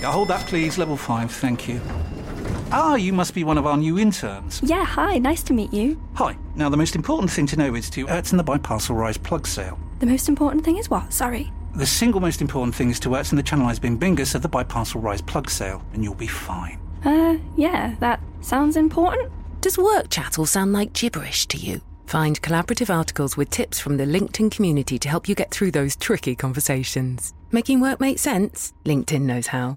Hold that, please. Level five, thank you. Ah, you must be one of our new interns. Yeah, hi, nice to meet you. Hi. Now, the most important thing to know is to Urton the Biparcel Rise plug sale. The most important thing is what? Sorry. The single most important thing is to Urton the Channelized Bin Bingus of the Biparcel Rise plug sale, and you'll be fine. Uh, yeah, that sounds important. Does work chat all sound like gibberish to you? Find collaborative articles with tips from the LinkedIn community to help you get through those tricky conversations. Making work make sense? LinkedIn knows how.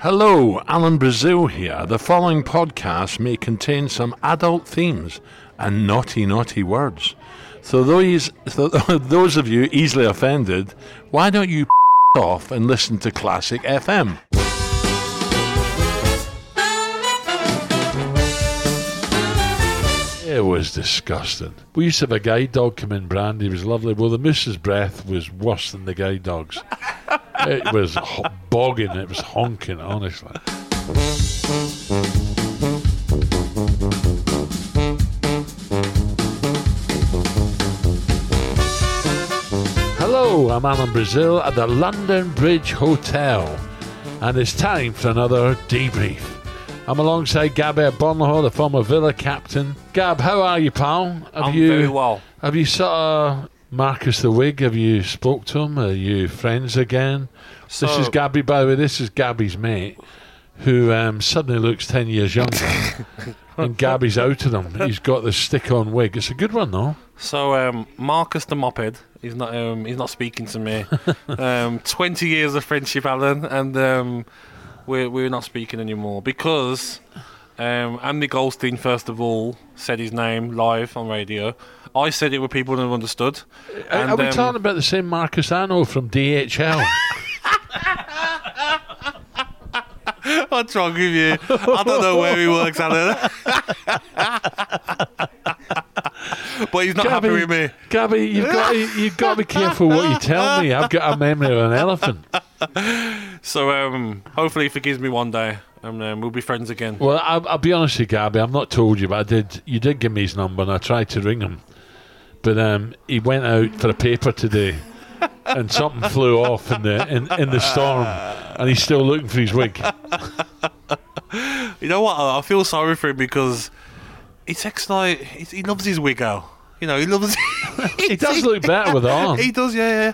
Hello, Alan Brazil here. The following podcast may contain some adult themes and naughty, naughty words. So, those, so those of you easily offended, why don't you off and listen to Classic FM? It was disgusting. We used to have a guide dog come in, Brandy. He was lovely. Well, the moose's breath was worse than the guide dog's. it was ho- bogging. It was honking, honestly. Hello, I'm Alan Brazil at the London Bridge Hotel, and it's time for another debrief. I'm alongside Gabbert Bonlaw, the former Villa captain. Gab, how are you, pal? Have I'm you, very well. Have you sort of Marcus the Wig? Have you spoke to him? Are you friends again? this is So- Gabby, by the way. This is Gabby's mate, who um, suddenly looks ten years younger. and Gabby's out of him. He's got the stick-on wig. It's a good one, though. So um, Marcus the moped, he's not um, he's not speaking to me. um, Twenty years of friendship, Alan, and um, we're we're not speaking anymore because um, Andy Goldstein first of all said his name live on radio. I said it with people who understood. Are- And, are we um, talking about the same Marcus Anno from DHL? What's wrong with you? I don't know where he works, Alan. but he's not happy with me. Gabby, you've got to, you've got to be careful what you tell me. I've got a memory of an elephant. So um, hopefully he forgives me one day, and um, we'll be friends again. Well, I'll, I'll be honest with you, Gabby. I've not told you, but I did. You did give me his number, and I tried to ring him, but um, he went out for a paper today, and something flew off in the in, in the storm, and he's still looking for his wig. You know what? I I feel sorry for him because he takes like he he loves his wig out. You know, he loves. He does look better with it on. he does, yeah,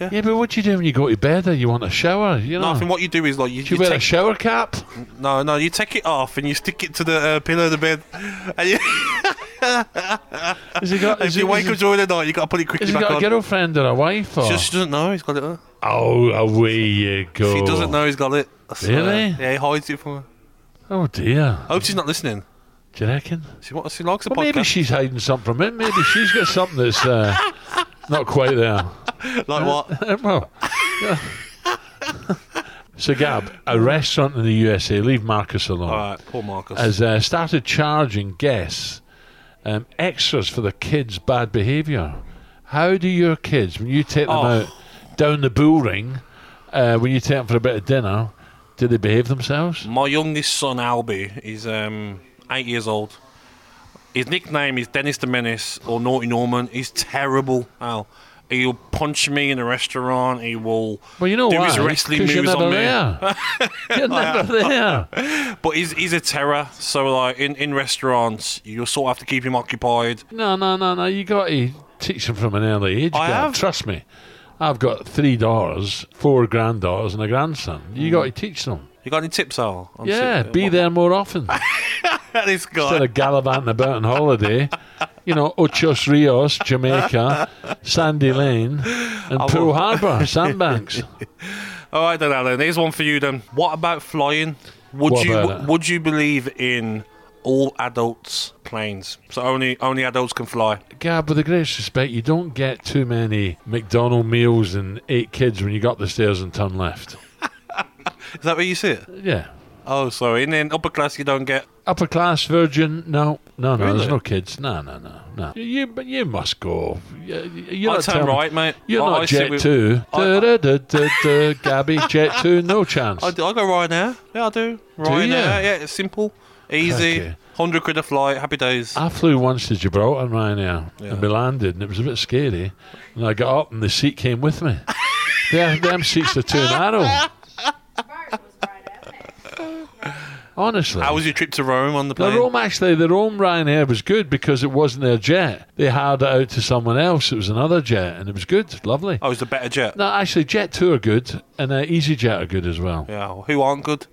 yeah. Yeah, but what do you do when you go to bed? Or you want a shower? You No, know, I think what you do is like you, do you you wear a take shower cap? no, no, you take it off and you stick it to the uh, pillow of the bed. And you, Has he got? if has he- you wake has up during the night, you got to put it he- has quickly he back got a on. girlfriend or a wife? Or? She just doesn't know he's got it. uh. oh, away you go. She doesn't know he's got it. That's, uh, Oh. Really? yeah, he hides it from her. Oh dear. I hope she's not listening. Do you reckon? She, wa- she likes the Well, maybe podcast. she's hiding something from him. Maybe she's got something that's uh, not quite there. Eh, like what? well, so, Gab, a restaurant in the USA, leave Marcus alone, All right, poor Marcus. has uh, started charging guests um, extras for their kids' bad behaviour. How do your kids, when you take them Oh. out down the bull ring, uh, when you take them for a bit of dinner, do they behave themselves? My youngest son Albie is um, eight years old. His nickname is Dennis the Menace or Naughty Norman. He's terrible, Al. He'll punch me in a restaurant. He will Well, you know do why? his wrestling 'Cause you're moves never on me. Oh, there. you're never there. But he's, he's a terror. So, like in, in restaurants, you sort of have to keep him occupied. No, no, no, no. You got to teach them from an early age. I Gav. have. Trust me. I've got three daughters, four granddaughters, and a grandson. You Hmm. got to teach them. You got any tips, Al? on yeah, sit- be there more often this guy. instead of gallivanting about on holiday. You know, Ochos Rios, Jamaica, Sandy Lane, and Pearl Harbor, Sandbanks. All right, then, Alan. Here's one for you. Then, what about flying? Would What you about it? would you believe in all adults planes? So only only adults can fly. Gab, with the greatest respect, you don't get too many McDonald meals and eight kids when you go up the stairs and turn left. Is that where you see it? Yeah. Oh, sorry. And then upper class, you don't get. Upper class virgin? No, no, no. Really? There's no kids. No, no, no, no. You- You, but you must go. You- You're I not turn telling- right, mate. You're I, not I sit Jet with- Two. I- I- Du-du-du-du-du, Gabby, Jet Two, no chance. I, do- I go Ryanair. Yeah, I do. Ryanair. you? Yeah, it's simple, easy. Okay. Hundred quid a flight. Happy days. I flew once to Gibraltar and Ryanair Yeah. and we landed and it was a bit scary. And I got up and the seat came with me. yeah, them seats are too narrow. Honestly. How was your trip to Rome on the the plane? Rome actually the Rome Ryanair was good because it wasn't their jet. They hired it out to someone else. It was another jet and it was good, lovely. I Oh, was the better jet. No, actually Jet Two are good and uh, EasyJet are good as well. Yeah, well, who aren't good?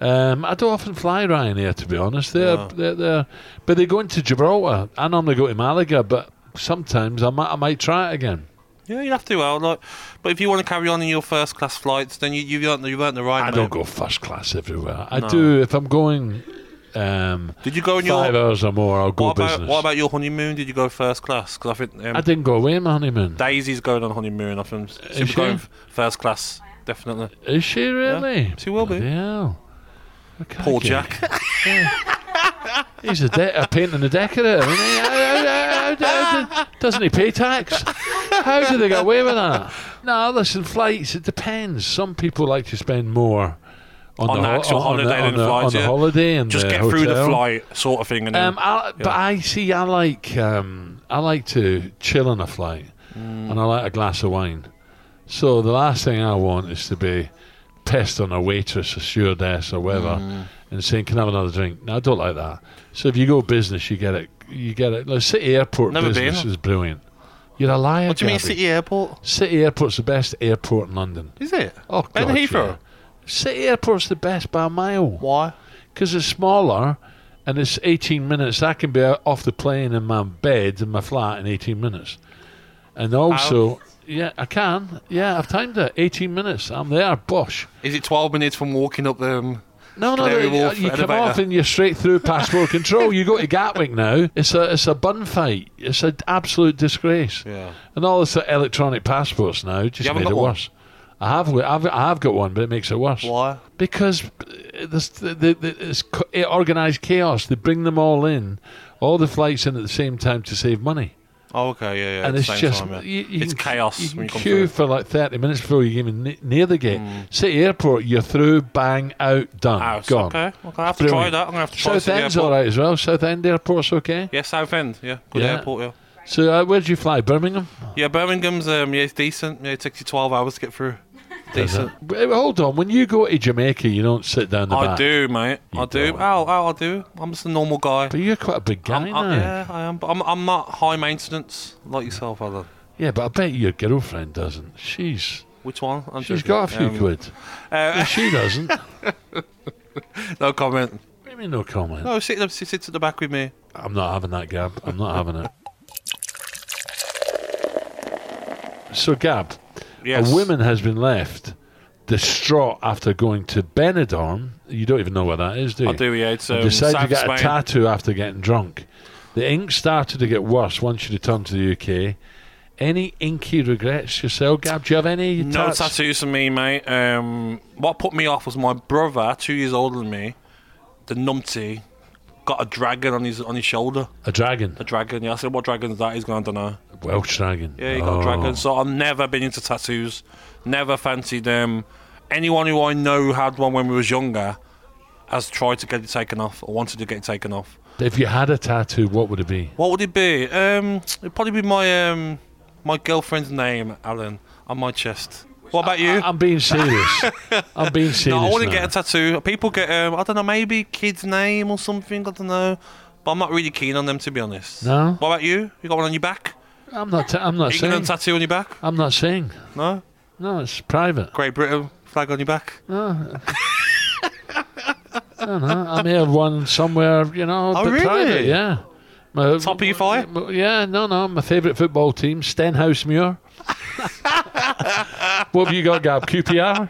Um, I don't often fly Ryanair to be honest. They're, they're, they're, but they go into Gibraltar. I normally go to Malaga, but sometimes I might, I might try it again. Yeah, you'll have to. Well, like, but if you want to carry on in your first class flights, then you you weren't you weren't the right. I mate. don't go first class everywhere. I do if I'm going um, Did you go on five your? hours or more. I'll go What about business. what about your honeymoon? Did you go first class? Because I think um, I didn't go away on my honeymoon. Daisy's going on honeymoon. I think she'll be she? going f- first class. Definitely. Is she really? she will be. Yeah. Okay. Poor Jack. He's a, de- a painter and a decorator, isn't he? How- how- how- how- how- doesn't he pay tax? How do they get away with that? No, listen, flights, it depends. Some people like to spend more on, On the ho- actual on the- holiday on than the, flights, on the yeah. holiday and Just the get through the hotel. flight, sort of thing, and then Um, I, But I see, I like, um, I like to chill on a flight, Mm. and I like a glass of wine. So the last thing I want is to be pissed on a waitress, a stewardess, or whatever, Mm. and saying, "Can I have another drink?" No, I don't like that. So if you go business, you get it. You get it. Like City Airport Never business been. is brilliant. You're a liar. what do you mean, Gabby. City Airport? City Airport's the best airport in London. Is it? Oh, And God, Heathrow? yeah. City Airport's the best by a mile Why? because it's smaller and it's 18 minutes. I can be out off the plane in my bed in my flat in 18 minutes. And also, yeah, I can. Yeah, I've timed it. 18 minutes. I'm there. Bosh. Is it 12 minutes from walking up the? No, no, Canary no, Wharf you come elevator. off and you're straight through passport control. You go to Gatwick now. It's a it's a bun fight. It's an absolute disgrace. Yeah. And all this electronic passports now You just haven't made got it one? worse. I have wi- I've I have got one, but it makes it worse. Why? Because uh, this, the, the, the, it's co- it organised chaos. They bring them all in, all the flights in at the same time to save money. Oh, okay, yeah, yeah. and at it's the same just time, yeah. you, you it's can- chaos You can when you come queue through. Hmm. for like thirty minutes before you even n- near the gate. City Airport, you're through, bang, out, done, House. gone. Ah, Okay, okay. I have to try Brilliant. that. I'm gonna have to try South City End's Airport. all right as well. South End Airport's okay. Yeah, Southend. Yeah, good Yeah. airport. Yeah, So uh, where would you fly? Birmingham. yeah. Birmingham's um, yeah, it's decent. Yeah, it takes you 12 hours to get through. Decent. Wait, Hold on. When you go to Jamaica, you don't sit down the I back. do, mate. I do. don't. Ow, ow, I do. I'm just a normal guy. But you're quite a big guy I'm, now. I, yeah, I am. But I'm, I'm not high maintenance like yourself, Alan. Yeah, but I bet your girlfriend doesn't. She's Which one? I'm she's joking. got a few Um, quid. uh, She doesn't. What no comment. do you mean no comment? No, sit, uh, sit, sit at the back with me. I'm not having that, Gab. I'm not having it. So, Gab, Yes. a woman has been left distraught after going to Benidorm. You don't even know what that is, do you? I do, yeah. It's and um, decided to South get Spain. a tattoo after getting drunk. The ink started to get worse once she returned to the UK. Any inky regrets yourself, Gab? Do you have any? no tats? tattoos for me, mate. Um, what put me off was my brother, two years older than me, the numpty, got a dragon on his on his shoulder. A dragon, A dragon. Yeah, I said, what dragon's that? He's going, I don't know. a Welsh dragon. Yeah, you got Oh. a dragon. So I've never been into tattoos, never fancied them. Anyone who I know who had one when we was younger has tried to get it taken off or wanted to get it taken off. If you had a tattoo, what would it be? What would it be? Um, it'd probably be my um, my girlfriend's name, Alan, on my chest. What about you? I'm being serious. I'm being serious. no, I want to now. get a tattoo. People get, um, I don't know, maybe kid's name or something. I don't know, but I'm not really keen on them to be honest. No? What about you? You got one on your back? I'm not. Ta- I'm not saying. England tattoo on your back? I'm not saying. No. No, it's private. Great Britain flag on your back? I may have one somewhere. You know, Oh, but really? private. Yeah. My, Top of your fire? Well, Yeah, no, no. My favourite football team, Stenhouse Muir. what have you got, Gab? QPR?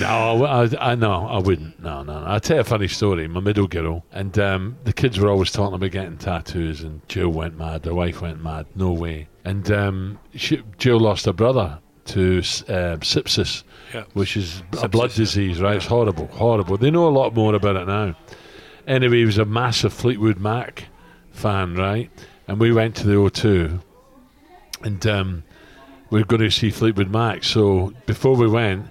no, I w- I, I- no, I wouldn't. No, no, no. I tell you a funny story. My middle girl and um, the kids were always talking about getting tattoos, and Jill went mad. The wife went mad. No way. And um, she, Jill lost her brother to uh, sepsis, Yeah. which is a Sepsis, blood yeah. disease, right? It's horrible, horrible. They know a lot more about it now. Anyway, he was a massive Fleetwood Mac fan, right? And we went to the O2, and um, we were going to see Fleetwood Mac. So before we went,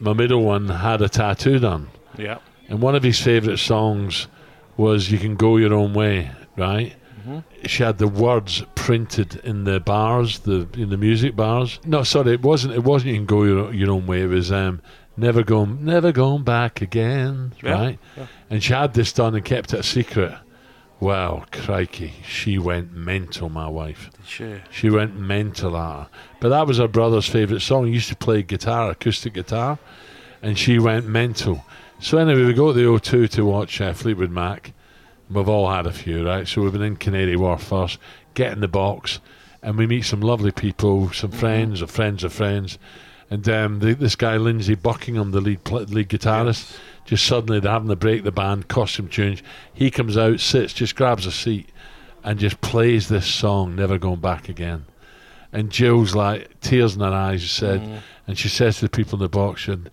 my middle one had a tattoo done. Yeah. And one of his favourite songs was You Can Go Your Own Way, right? Mm-hmm. She had the words printed in the bars, the in the music bars. No, sorry, it wasn't. It wasn't. You can go your, your own way. It was um, never going, never going back again, Yeah, right? And she had this done and kept it a secret. Wow, crikey, she went mental, my wife. Sure. She went mental at her. But that was her brother's favourite song. He used to play guitar, acoustic guitar, and she went mental. So anyway, we go to the O2 to watch uh, Fleetwood Mac. We've all had a few, right? So we've been in Canary Wharf first, get in the box, and we meet some lovely people, some friends of friends of friends. And um, the, this guy, Lindsay Buckingham, the lead, pl- lead guitarist, just suddenly they're having to break the band, costume change. He comes out, sits, just grabs a seat, and just plays this song, Never Going Back Again. And Jill's like, tears in her eyes, she said, Mm. and she says to the people in the box, she said,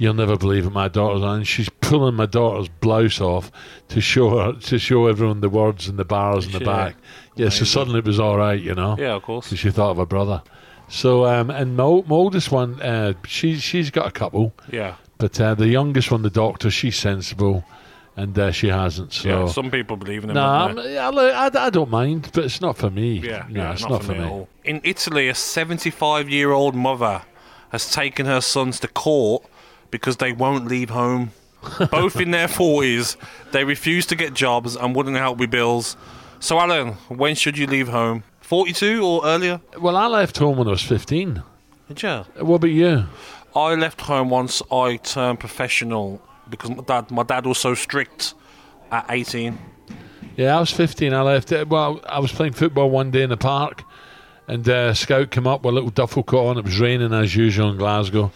You'll never believe it, my daughter's on. And she's pulling my daughter's blouse off to show her, to show everyone the words and the bars in the Sure. back. Yeah, so Amazing. suddenly it was all right, you know. Yeah, of course. 'cause she thought of her brother. So, um, and my, ol- my oldest one, uh, she's she's got a couple, Yeah. but uh, the youngest one, the doctor, she's sensible, and uh, she hasn't. So, Yeah. Some people believe in them. no, don't I'm, they? I, look, I, I don't mind, but it's not for me. Yeah, no, it's not, for me. at all. In Italy, a 75 year old mother has taken her sons to court because they won't leave home. Both in their 40s, they refuse to get jobs and wouldn't help with bills. So, Alan, when should you leave home? 42 or earlier? Well, I left home when I was 15. Did you? What about you? I left home once I turned professional because my dad, my dad was so strict at 18. Yeah, I was 15. I left. uh, Well, I was playing football one day in the park, and uh, a scout came up with a little duffel coat on. It was raining as usual in Glasgow.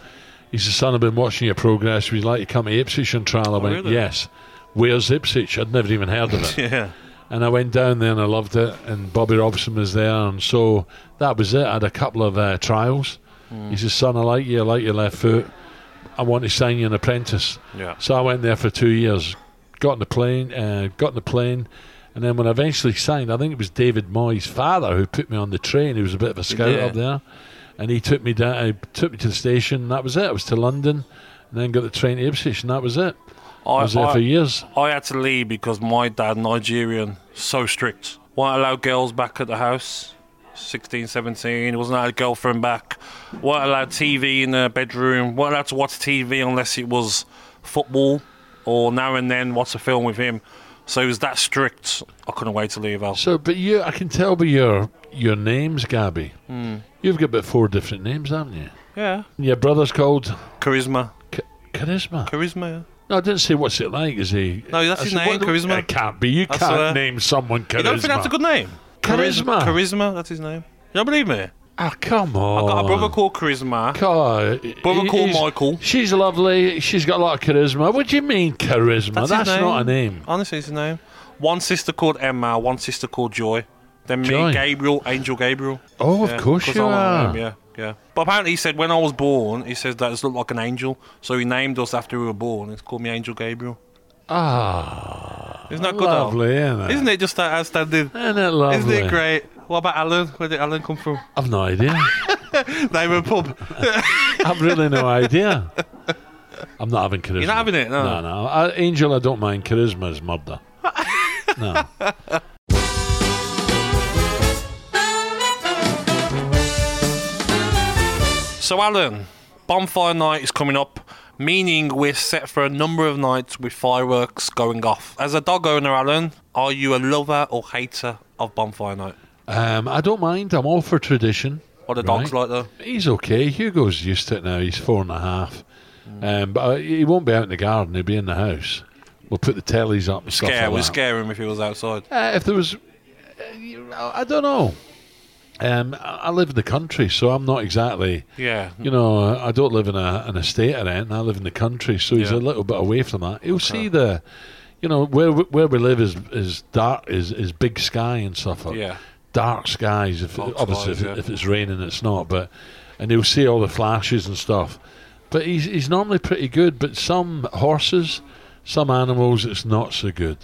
He said, Son, I've been watching your progress. Would you like to come to Ipswich and trial? I went, really? Yes. Where's Ipswich? I'd never even heard of it. Yeah. And I went down there and I loved it. And Bobby Robson was there. And so that was it. I had a couple of uh, trials. He says, Son, I like you. I like your left foot. I want to sign you an apprentice. Yeah. So I went there for two years. Got in the plane, uh, got in the plane. And then when I eventually signed, I think it was David Moy's father who put me on the train. He was a bit of a scout Yeah. up there. And he took me down, he took me to the station. And that was it. I was to London. And then got the train to Ipswich. And that was it. I, was there for years. I had to leave because my dad, Nigerian, so strict. Won't allow girls back at the house. 16, 17. Wasn't allowed a girlfriend back. Won't allow TV in the bedroom. Won't allowed to watch TV unless it was football or now and then watch a film with him. So he was that strict. I couldn't wait to leave. Al. So, but you, I can tell by your your names, Gabby. Hmm. You've got about four different names, haven't you? Yeah. Your brother's called Charisma. Ch- Charisma. Charisma, yeah. No, I didn't say what's it like. Is he? No, that's I his said, name, what- Charisma. It can't be. You That's can't what I- name someone Charisma. You don't think that's a good name? Charisma. Charisma, that's his name. You don't believe me? Ah, come on. I got a brother called Charisma. God, Brother he- called he's- Michael. She's lovely. She's got a lot of charisma. What do you mean charisma? That's, his name. not a name. Honestly, it's his name. One sister called Emma, one sister called Joy. Then me, Joy. Gabriel, Angel Gabriel. Oh, of Yeah, course 'cause you I like are. them, yeah, yeah. But apparently he said when I was born, he says that it's looked like an angel. So he named us after we were born. It's called me Angel Gabriel. Ah, Isn't that good, Al? lovely, isn't it? Isn't it just that outstanding? Isn't it lovely? Isn't it great? What about Alan? Where did Alan come from? I've no idea. Name of a pub. I've really no idea. I'm not having charisma. You're not having it, no. No, no. I, Angel, I don't mind. Charisma is murder. no. So, Alan, bonfire night is coming up, meaning we're set for a number of nights with fireworks going off. As a dog owner, Alan, are you a lover or hater of bonfire night? Um, I don't mind. I'm all for tradition. What are Right. dogs like, though? He's okay. Hugo's used to it now. He's four and a half. Mm. Um, but uh, he won't be out in the garden. He'll be in the house. We'll put the tellies up and stuff Scare, like we'd that. scare him if he was outside. Uh, if there was, uh, you know, I don't know. Um, I I live in the country, so I'm not exactly. Yeah. You know, I don't live in a, an estate or anything. I live in the country, so he's Yeah. a little bit away from that. He'll see the, you know, where we- where we live is is dark is is big sky and stuff. Yeah. Dark skies. If Dark obviously skies, if, yeah. if it's raining, it's not. But and he'll see all the flashes and stuff. But he's he's normally pretty good. But some horses, some animals, it's not so good.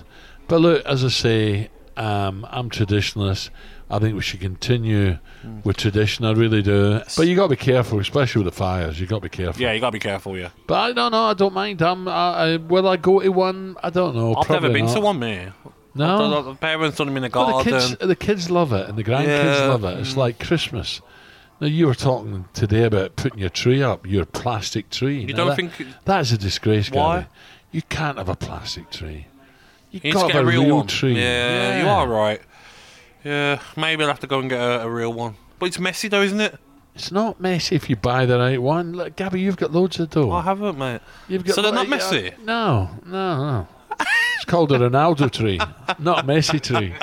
But look, as I say, um, I'm traditionalist. I think we should continue Mm. with tradition. I really do. But you got to be careful, especially with the fires. You got to be careful. Yeah, you gotta be careful. Yeah, But I don't know. I don't mind. I'm. I, I, will I go to one? I don't know. I've never probably been not. to one, mate. No. The- the parents done them in the Well, the garden. kids, the kids love it, and the grandkids Yeah. love it. It's like Christmas. Now you were talking today about putting your tree up, your plastic tree. You Now, don't that- think it- that's a disgrace, Why? Gary. You can't have a plastic tree. You You need got to to get a have real, one. tree. Yeah, you are right. Yeah, maybe I'll have to go and get a, a real one. But it's messy though, isn't it? It's not messy if you buy the right one. Look, Gabby, you've got loads of dough. I haven't, mate. You've got So they're not like, uh, messy? no, no, no. It's called a Ronaldo tree, not a Messi tree.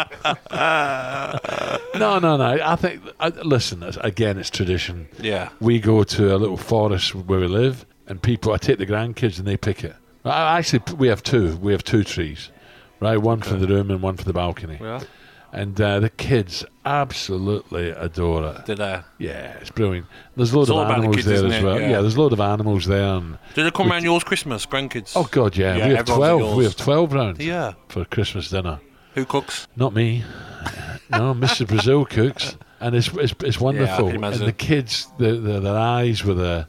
no, no, no. I think. I, listen, it's- again, it's tradition. Yeah. We go to a little forest where we live, and people. I take the grandkids, and they pick it. I, actually, we have two. We have two trees, right? One for the room and one for the balcony. Yeah. And uh, the kids absolutely adore it. Did uh, I? Yeah, it's brilliant. There's loads It's of all about the animals kids, there isn't as it? well. Yeah. yeah, there's a load of animals there. And, Did they come round yours Christmas, grandkids? Oh God, yeah. Yeah, we have everyone's at twelve. We yours. have twelve rounds yeah. for Christmas dinner. Who cooks? Not me. no, Mr. Brazil cooks, and it's it's, it's wonderful. and imagine. the kids, the, the, their eyes with the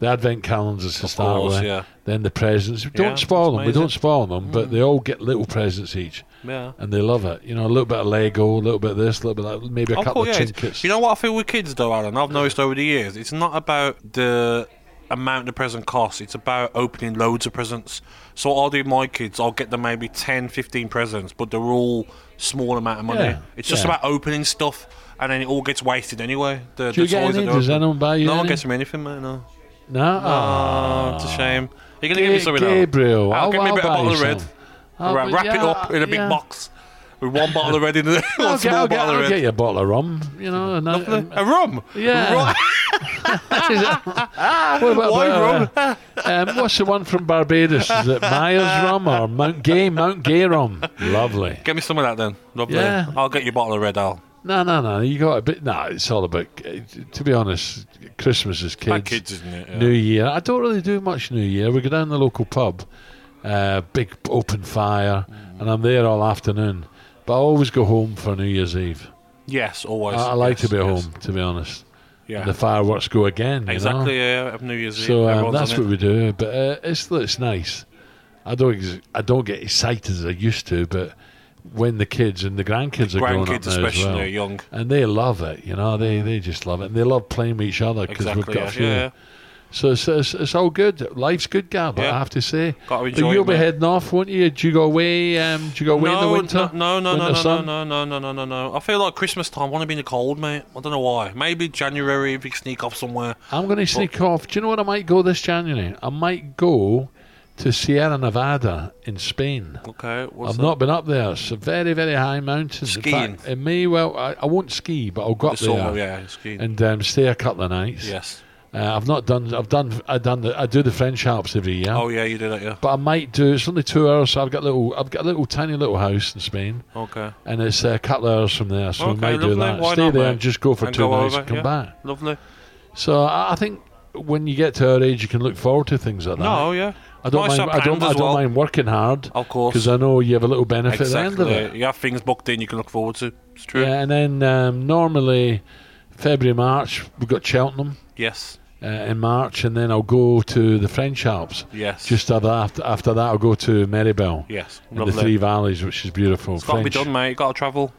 the advent calendars to start course, with, yeah. then the presents. We don't it's spoil them. We amazing. don't spoil them, but they all get little presents each. Yeah. And they love it. You know, a little bit of Lego, a little bit of this, a little bit of that, maybe a Oh, Of couple course, of yeah. it's- trinkets. You know what I feel with kids though, Alan? I've noticed over the years, it's not about the amount the present costs, it's about opening loads of presents. So what I'll do with my kids, I'll get them maybe 10, 15 presents, but they're all small amount of money. Yeah, It's just yeah. about opening stuff and then it all gets wasted anyway. The, Do you the get toys that any? they Does open. anyone buy you No one any? gets them anything, mate, no. no. Oh, it's a shame. You're going to give me Ga- something else? Gabriel, I'll, I'll, get me a I'll bit of buy bottle you of red. some. I'll Right, buy- wrap it yeah, up in a big yeah. box with one bottle of red in it. one I'll get, small I'll, get, bottle I'll of get red. you a bottle of rum, you know. And, uh, and, and, A rum. yeah. Right. What about- Why rum? uh, um, what's the one from Barbados? Is it Myers rum or Mount Gay? Mount Gay rum. Lovely. Get me some of that then. Lovely. Yeah. I'll get you a bottle of Red Ale. No, no, no. You got a bit. No, it's all about. To be honest, Christmas is kids. My kids, isn't it? Yeah. New Year. I don't really do much New Year. We go down to the local pub, uh, big open fire, Mm. and I'm there all afternoon. But I always go home for New Year's Eve. Yes, I, always. I like to Yes, be yes. home, to be honest. Yeah. The fireworks go again. you know? exactly. Yeah. Have New Year's Eve. So um, Everyone's that's on what it. we do. But uh, it's it's nice. I don't ex- I don't get excited as I used to, but when the kids and the grandkids are growing up Grandkids, now especially, as are well, young. and they love it. You know, they they just love it, and they love playing with each other because we've Exactly. got yeah. a few. yeah. So it's, it's, it's all good. Life's good, Gab. Yeah. I have to say. Gotta But enjoy you'll it, be mate. heading off, won't you? Do you go away? Um, do you go away in the No, winter? no, no, no, winter no, no, sun? no, no, no, no, no, no. I feel like Christmas time. I want to be in the cold, mate. I don't know why. Maybe January if you can sneak off somewhere. I'm going to sneak off. Do you know what I might go this January? I might go to Sierra Nevada in Spain. Okay. What's I've that? not been up there. It's a very, very high mountain. Skiing. it may well. I, I won't ski, but I'll go up This summer, there yeah. Skiing. and um, stay a couple of nights. yes. Uh, I've not done. I've done. I done. The, I do the French Alps every year. Oh yeah, you do that, yeah. But I might do. It's only two hours. So I've got a little. I've got a little tiny little house in Spain, Okay. and it's a couple of hours from there. So we okay, might lovely. do that. Why stay not, there mate? and just go for And two go nights over, and come yeah. back. Lovely. So I, I think when you get to our age, you can look forward to things like that. No, yeah. I don't Nice mind. up I don't. hand as I don't well. mind working hard Of course. because I know you have a little benefit at the end of it. Exactly. You have things booked in you can look forward to. It's true. Yeah, and then um, normally February, March, we've got Cheltenham Yes. uh, in March, and then I'll go to the French Alps. Yes. Just after after, after that, I'll go to Meribel. Yes. in the Three Lovely. Valleys, which is beautiful. It's got to be done, mate. You got to travel.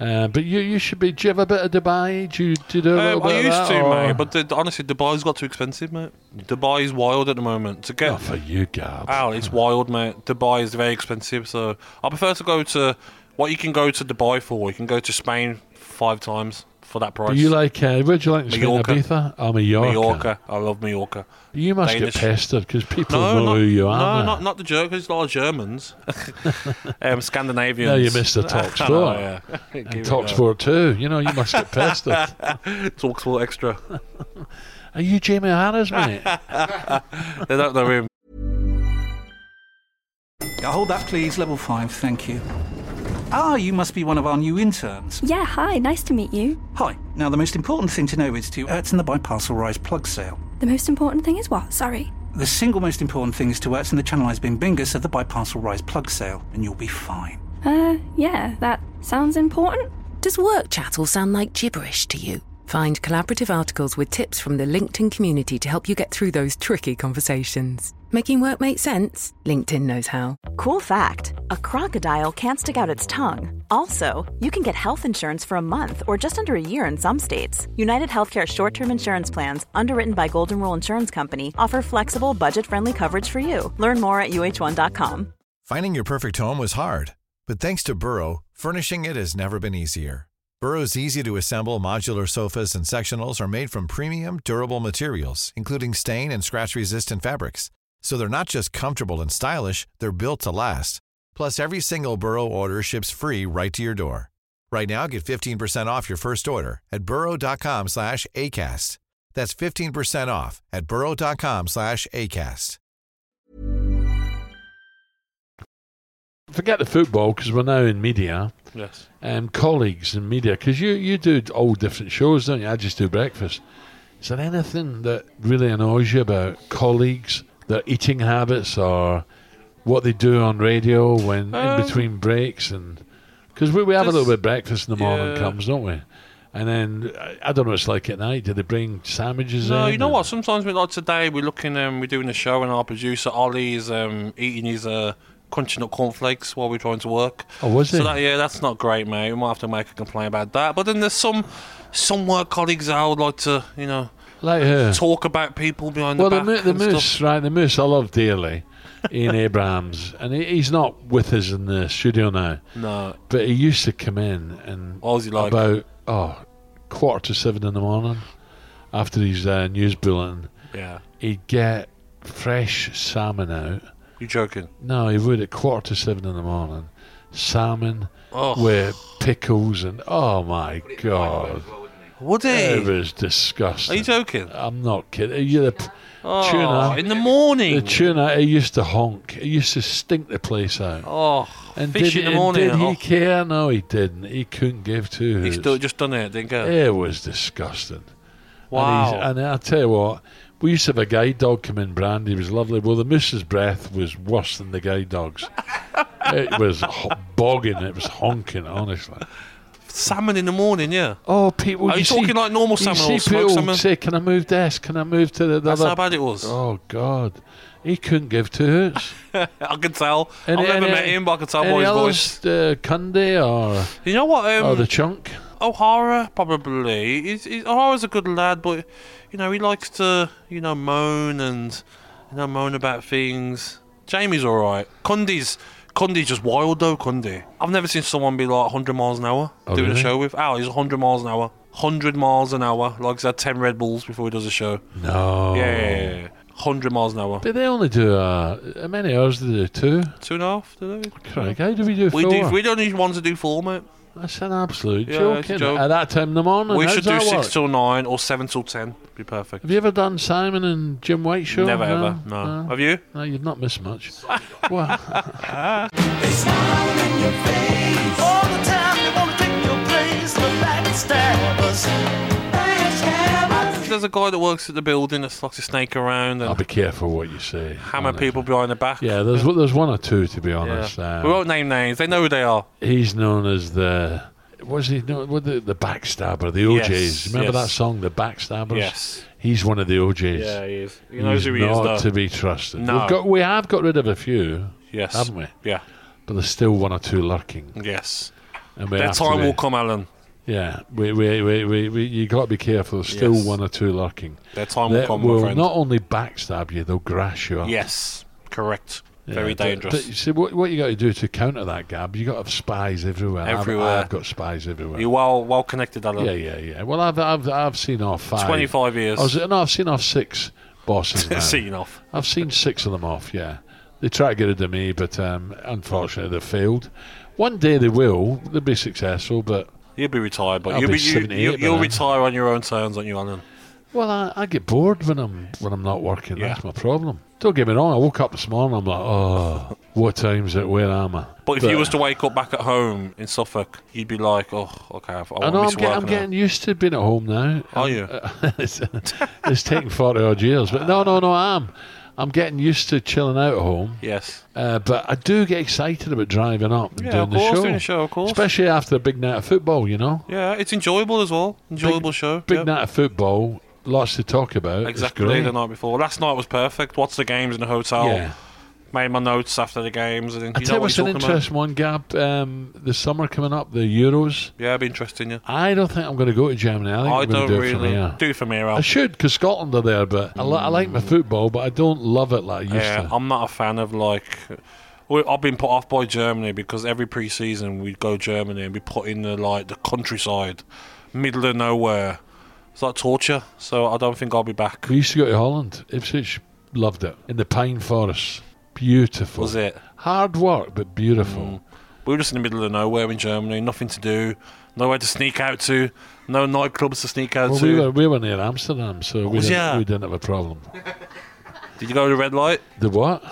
Uh, but you you should be. Do you have a bit of Dubai? Do you, do you do a Um, little bit I of used that, to, or- mate, but the, honestly, Dubai's got too expensive, mate. Dubai's wild at the moment. To Not get Oh, for you, Gab. out, it's wild, mate. Dubai is very expensive, so I prefer to go to what you can go to Dubai for. You can go to Spain five times for that price. Do you like? Uh, where do you like in Spain? Mallorca. Ibiza? Oh, Mallorca. Mallorca? I love Mallorca. You must Danish. get pestered because people No, know not, who you are. no, now. not not the Jerkers, a lot of Germans, um, Scandinavians. No, you missed the talk sport. yeah. Give it Talk up. sport too. You know you must get pestered. Talk sport extra. Are you Jamie Harris, mate? They don't know him. Yeah, hold that, please. Level five, thank you. Ah, you must be one of our new interns. Yeah, hi, nice to meet you. Hi. Now, the most important thing to know is to Ertzen the Biparcel Rise plug sale. The most important thing is what? Sorry. The single most important thing is to Ertzen the Channelized Bin Bingus of the Biparcel Rise plug sale, and you'll be fine. Uh, yeah, that sounds important. Does work chattel sound like gibberish to you? Find collaborative articles with tips from the LinkedIn community to help you get through those tricky conversations. Making work make sense? LinkedIn knows how. Cool fact a crocodile can't stick out its tongue. Also, you can get health insurance for a month or just under a year in some states. United Healthcare short term insurance plans, underwritten by Golden Rule Insurance Company, offer flexible, budget friendly coverage for you. Learn more at uh1.com. Finding your perfect home was hard, but thanks to Burrow, furnishing it has never been easier. Burrow's easy to assemble modular sofas and sectionals are made from premium, durable materials, including stain and scratch resistant fabrics. So they're not just comfortable and stylish, they're built to last. Plus, every single Burrow order ships free right to your door. Right now, get 15% off your first order at burrow.com slash ACAST. That's 15% off at burrow.com slash ACAST. Forget the football because we're now in media. Yes. um, colleagues in media because you, you do all different shows, don't you? I just do breakfast. Is there anything that really annoys you about colleagues, their eating habits, or what they do on radio when Um, in between breaks? And because we, we have a little just- bit of breakfast in the morning yeah. comes, don't we? And then I, I don't know what it's like at night. Do they bring sandwiches? No, in you know and- what? Sometimes we like today we're looking, um, we're doing a show, and our producer Ollie is um, eating his uh, crunchy nut cornflakes while we're trying to work. Oh, was so he? that, yeah, that's not great, mate. We might have to make a complaint about that. But then there's some some work colleagues that I would like to, you know, Like who? talk about people behind Well, the the, back. mo- the and stuff. moose, right? The moose, I love dearly. Ian Abrahams, and he, he's not with us in the studio now. No, But he used to come in and What was he like? about oh quarter to seven in the morning after his uh, news bulletin. yeah, He'd get fresh salmon out. you're joking. No, he would at quarter to seven in the morning. Salmon Oh, with pickles and oh my god, would he? it Are was disgusting. you joking? I'm not kidding. You the p- Oh, tuna. in the morning. the tuna, it used to honk. It used to stink the place out. oh, and fish did, in the and morning. did he oh, care? No, he didn't. He couldn't give two he's hoots. still just done it, didn't he? It was disgusting. Wow. And, he's, and I tell you what, we used to have a guide dog come in, Brandy. He was lovely. Well, the moose's breath was worse than the guide dog's. it was ho- bogging. It was honking, honestly. Salmon in the morning, yeah. Oh, people. Are you talking like normal you salmon see or smoked people salmon? say, "Can I move this? Can I move to the, the That's other?" how bad it was. Oh God, he couldn't give two hoots. I can tell. I've never met him, but I can tell any by his voice. others, Uh, Cundy or You know what? Um, or Oh, the chunk. O'Hara probably. He's, he's, O'Hara's a good lad, but you know he likes to you know moan and you know moan about things. Jamie's all right. Cundy's Cundy's just wild though. Cundy. I've never seen someone be like 100 miles an hour Oh, doing really? a show with. Al, he's 100 miles an hour. 100 miles an hour. Like he's had 10 Red Bulls before he does a show. No. Yeah, yeah, yeah, yeah. 100 miles an hour. But they only do uh, how many hours do they do? Two. Two and a half, do they? Craig, how do we do We four? do. We don't need one to do four, mate. That's an absolute Yeah, joke, it's a isn't joke. it? At that time in the morning, we how should does that do work? six till nine or seven till ten. Be perfect. Have you ever done Simon and Jim White show? Never no? ever. No. No. Have you? No, you've not missed much. well, All the time they wanna take your place, but backstabbers, backstabbers. There's a guy that works at the building that likes to snake around I'll and be careful what you say. hammer honestly. people behind the back. Yeah, there's there's one or two to be Yeah. honest. Um, we won't name names. They know who they are. he's known as the was he known what the the backstabber, the OJs. Yes, Remember yes. that song, the backstabbers? Yes. He's one of the OJs. he is. He He's not to be trusted. No. We've got we have got rid of a few, yes. haven't we? Yeah. But there's still one or two lurking. Yes. And we Their have to time be- will come, Alan. Yeah, we, we, we, we, we you got to be careful. There's still Yes. one or two lurking. Their time will They come, my will friend. not only backstab you, they'll grass you up. Yes. Correct. Yeah, Very but- dangerous. But you see, what, what you got to do to counter that, Gab? You got to have spies everywhere. I've- Everywhere. I've, got spies everywhere. You're well well connected, Alan. yeah, Oh, yeah, yeah. Well, I've I've, I've seen off five. 25 years. I was, no, I've seen off six bosses. now. Seen off. I've seen six of them off, yeah. They try to get rid of me, but um, unfortunately they've failed. One day they will, they'll be successful, but, You'll be retired, but I'll you'll be be, you, 78 you, by you'll then. retire on your own terms, aren't you, Alan? well, I, I get bored when I'm when I'm not working. That's Yeah. my problem. Don't get me wrong, I woke up this morning, I'm like, oh, What time's it? Where am I? But if you was to wake up back at home in Suffolk, you'd be like, oh, okay, I've, I I want know to I'm, miss get, work. I'm now." getting um, uh, used to being at home now. Are you? it's, it's taken forty odd years, but no, no, no, I am. I'm getting used to chilling out at home. Yes. Uh, but I do get excited about driving up and Yeah, doing of the course, show. doing the show, of course. Especially after a big night of football, you know. Yeah, it's enjoyable as well. Enjoyable show. Big Yep. night of football, lots to talk about. It's Exactly great. the night before. Last night was perfect. Watched the games in the hotel. Yeah. Made my notes after the games, and then I tell you know you what what's you're an talking interesting one, Gab. Um, the summer coming up, the Euros. about. Yeah, it'd be interesting. Yeah. I don't think I'm going to go to Germany. I think I am going don't to do it from really here. do it from here. I Al. should, because Scotland are there, but I, li- I like my football, but I don't love it like I used Yeah, to. I'm not a fan of like. we- I've been put off by Germany because every pre-season we'd go Germany and be put in the like the countryside, middle of nowhere. It's like torture. So I don't think I'll be back. we used to go to Holland. Ipswich loved it. In the pine forests. Beautiful. Was it? Mm. Hard work, but beautiful. We were just in the middle of nowhere in Germany. Nothing to do. Nowhere to sneak out to. No nightclubs to sneak out Well, to. Oh, we were, we were near Amsterdam, so we Was didn't, ya? we didn't have a problem. Did you go to a red light? The what?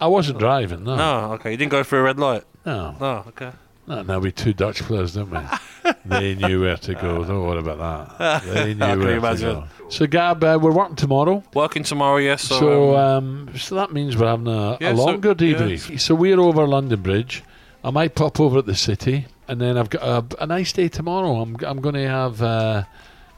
I wasn't driving, no. No. Okay. You didn't go through a red light. No. No. Okay. No, no, we two Dutch players, didn't we? they knew where to go. Don't worry about that. They knew can where to imagine. go. So, Gab, uh, we're working tomorrow. Working tomorrow. Yes. So, So. um, um, so that means we're having a, Yeah, a so- longer debrief. So we're over London Bridge. I might pop over at the city, and then I've got a, a nice day tomorrow. I'm I'm going to have uh,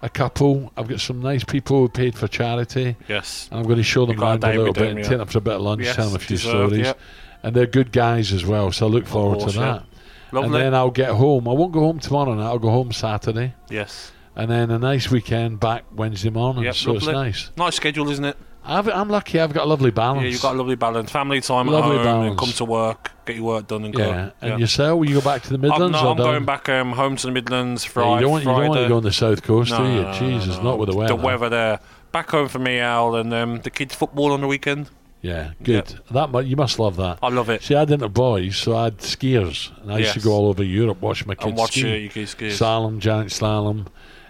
a couple. I've got some nice people who paid for charity. yes. And I'm going to show them got a around a day little with bit them, and yeah. take them for a bit of lunch, Yes, tell them a few deserved, stories. yep. And they're good guys as well, so I look forward course, to yeah. that. And Lovely. then I'll get home. I won't go home tomorrow night. I'll go home Saturday, yes. and then a nice weekend back Wednesday morning. Yep, Oh, so lovely. it's nice. Nice schedule, isn't it? I've, I'm lucky. I've got a lovely balance. Yeah, you've got a lovely balance. Family time Lovely at home and balance. come to work, get your work done and go. yeah. And yourself? Will you go back to the Midlands? I'm, or no, I'm down- going back um, home to the Midlands Yeah, Friday. you don't want, you don't want Friday. to go on the south coast, do No, you? no, no, Jesus, no, not with the weather. The weather there. Back home for me, Al, and um, the kids' football on the weekend. Yeah, good. That mu- you must love that. I love it. See, I didn't have boys, so I had skiers, and I used to Yes. go all over Europe watch my kids and watch ski. uh, your kids' kids. slalom, giant slalom,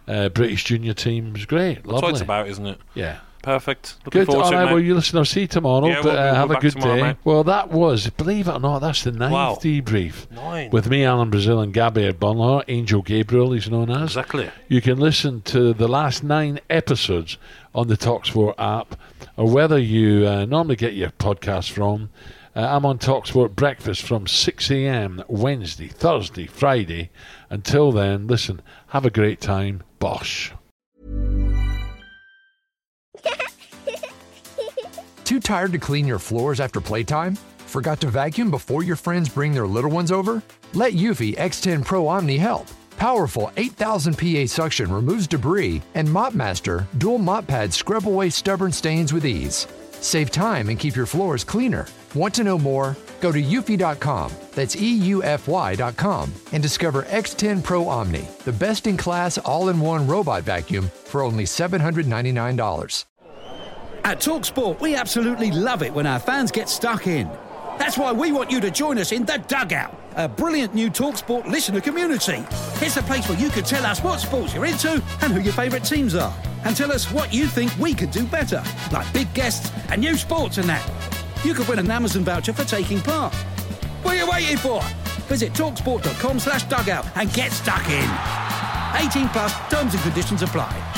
uh, British junior team. It's great. That's Lovely. what it's about, isn't it? Yeah. Perfect. Looking Good. forward All to it, right. mate. Well, you listen. I'll see you tomorrow. Yeah, but we'll be- uh, we'll have be a back good tomorrow, day. mate. Well, that was, believe it or not, that's the ninth Wow. debrief Nine. with me, Alan Brazil, and Gabriel Bunlar, Angel Gabriel, he's known as. Exactly. You can listen to the last nine episodes on the Talksport app, or whether you uh, normally get your podcast from. Uh, I'm on Talksport Breakfast from 6 a.m. Wednesday, Thursday, Friday. Until then, listen, have a great time. Bosh. Too tired to clean your floors after playtime? Forgot to vacuum before your friends bring their little ones over? Let Eufy X10 Pro Omni help. Powerful 8000 PA suction removes debris, and Mop Master dual mop pads scrub away stubborn stains with ease. Save time and keep your floors cleaner. Want to know more? Go to eufy.com, that's E E-U-F-Y.com, and discover X10 Pro Omni, the best-in-class all-in-one robot vacuum for only $799. At Talksport, we absolutely love it when our fans get stuck in. That's why we want you to join us in The Dugout, a brilliant new Talksport listener community. It's a place where you can tell us what sports you're into and who your favourite teams are, and tell us what you think we could do better, like big guests and new sports and that. You could win an Amazon voucher for taking part. What are you waiting for? Visit talksport.com slash dugout and get stuck in. 18 plus terms and conditions apply.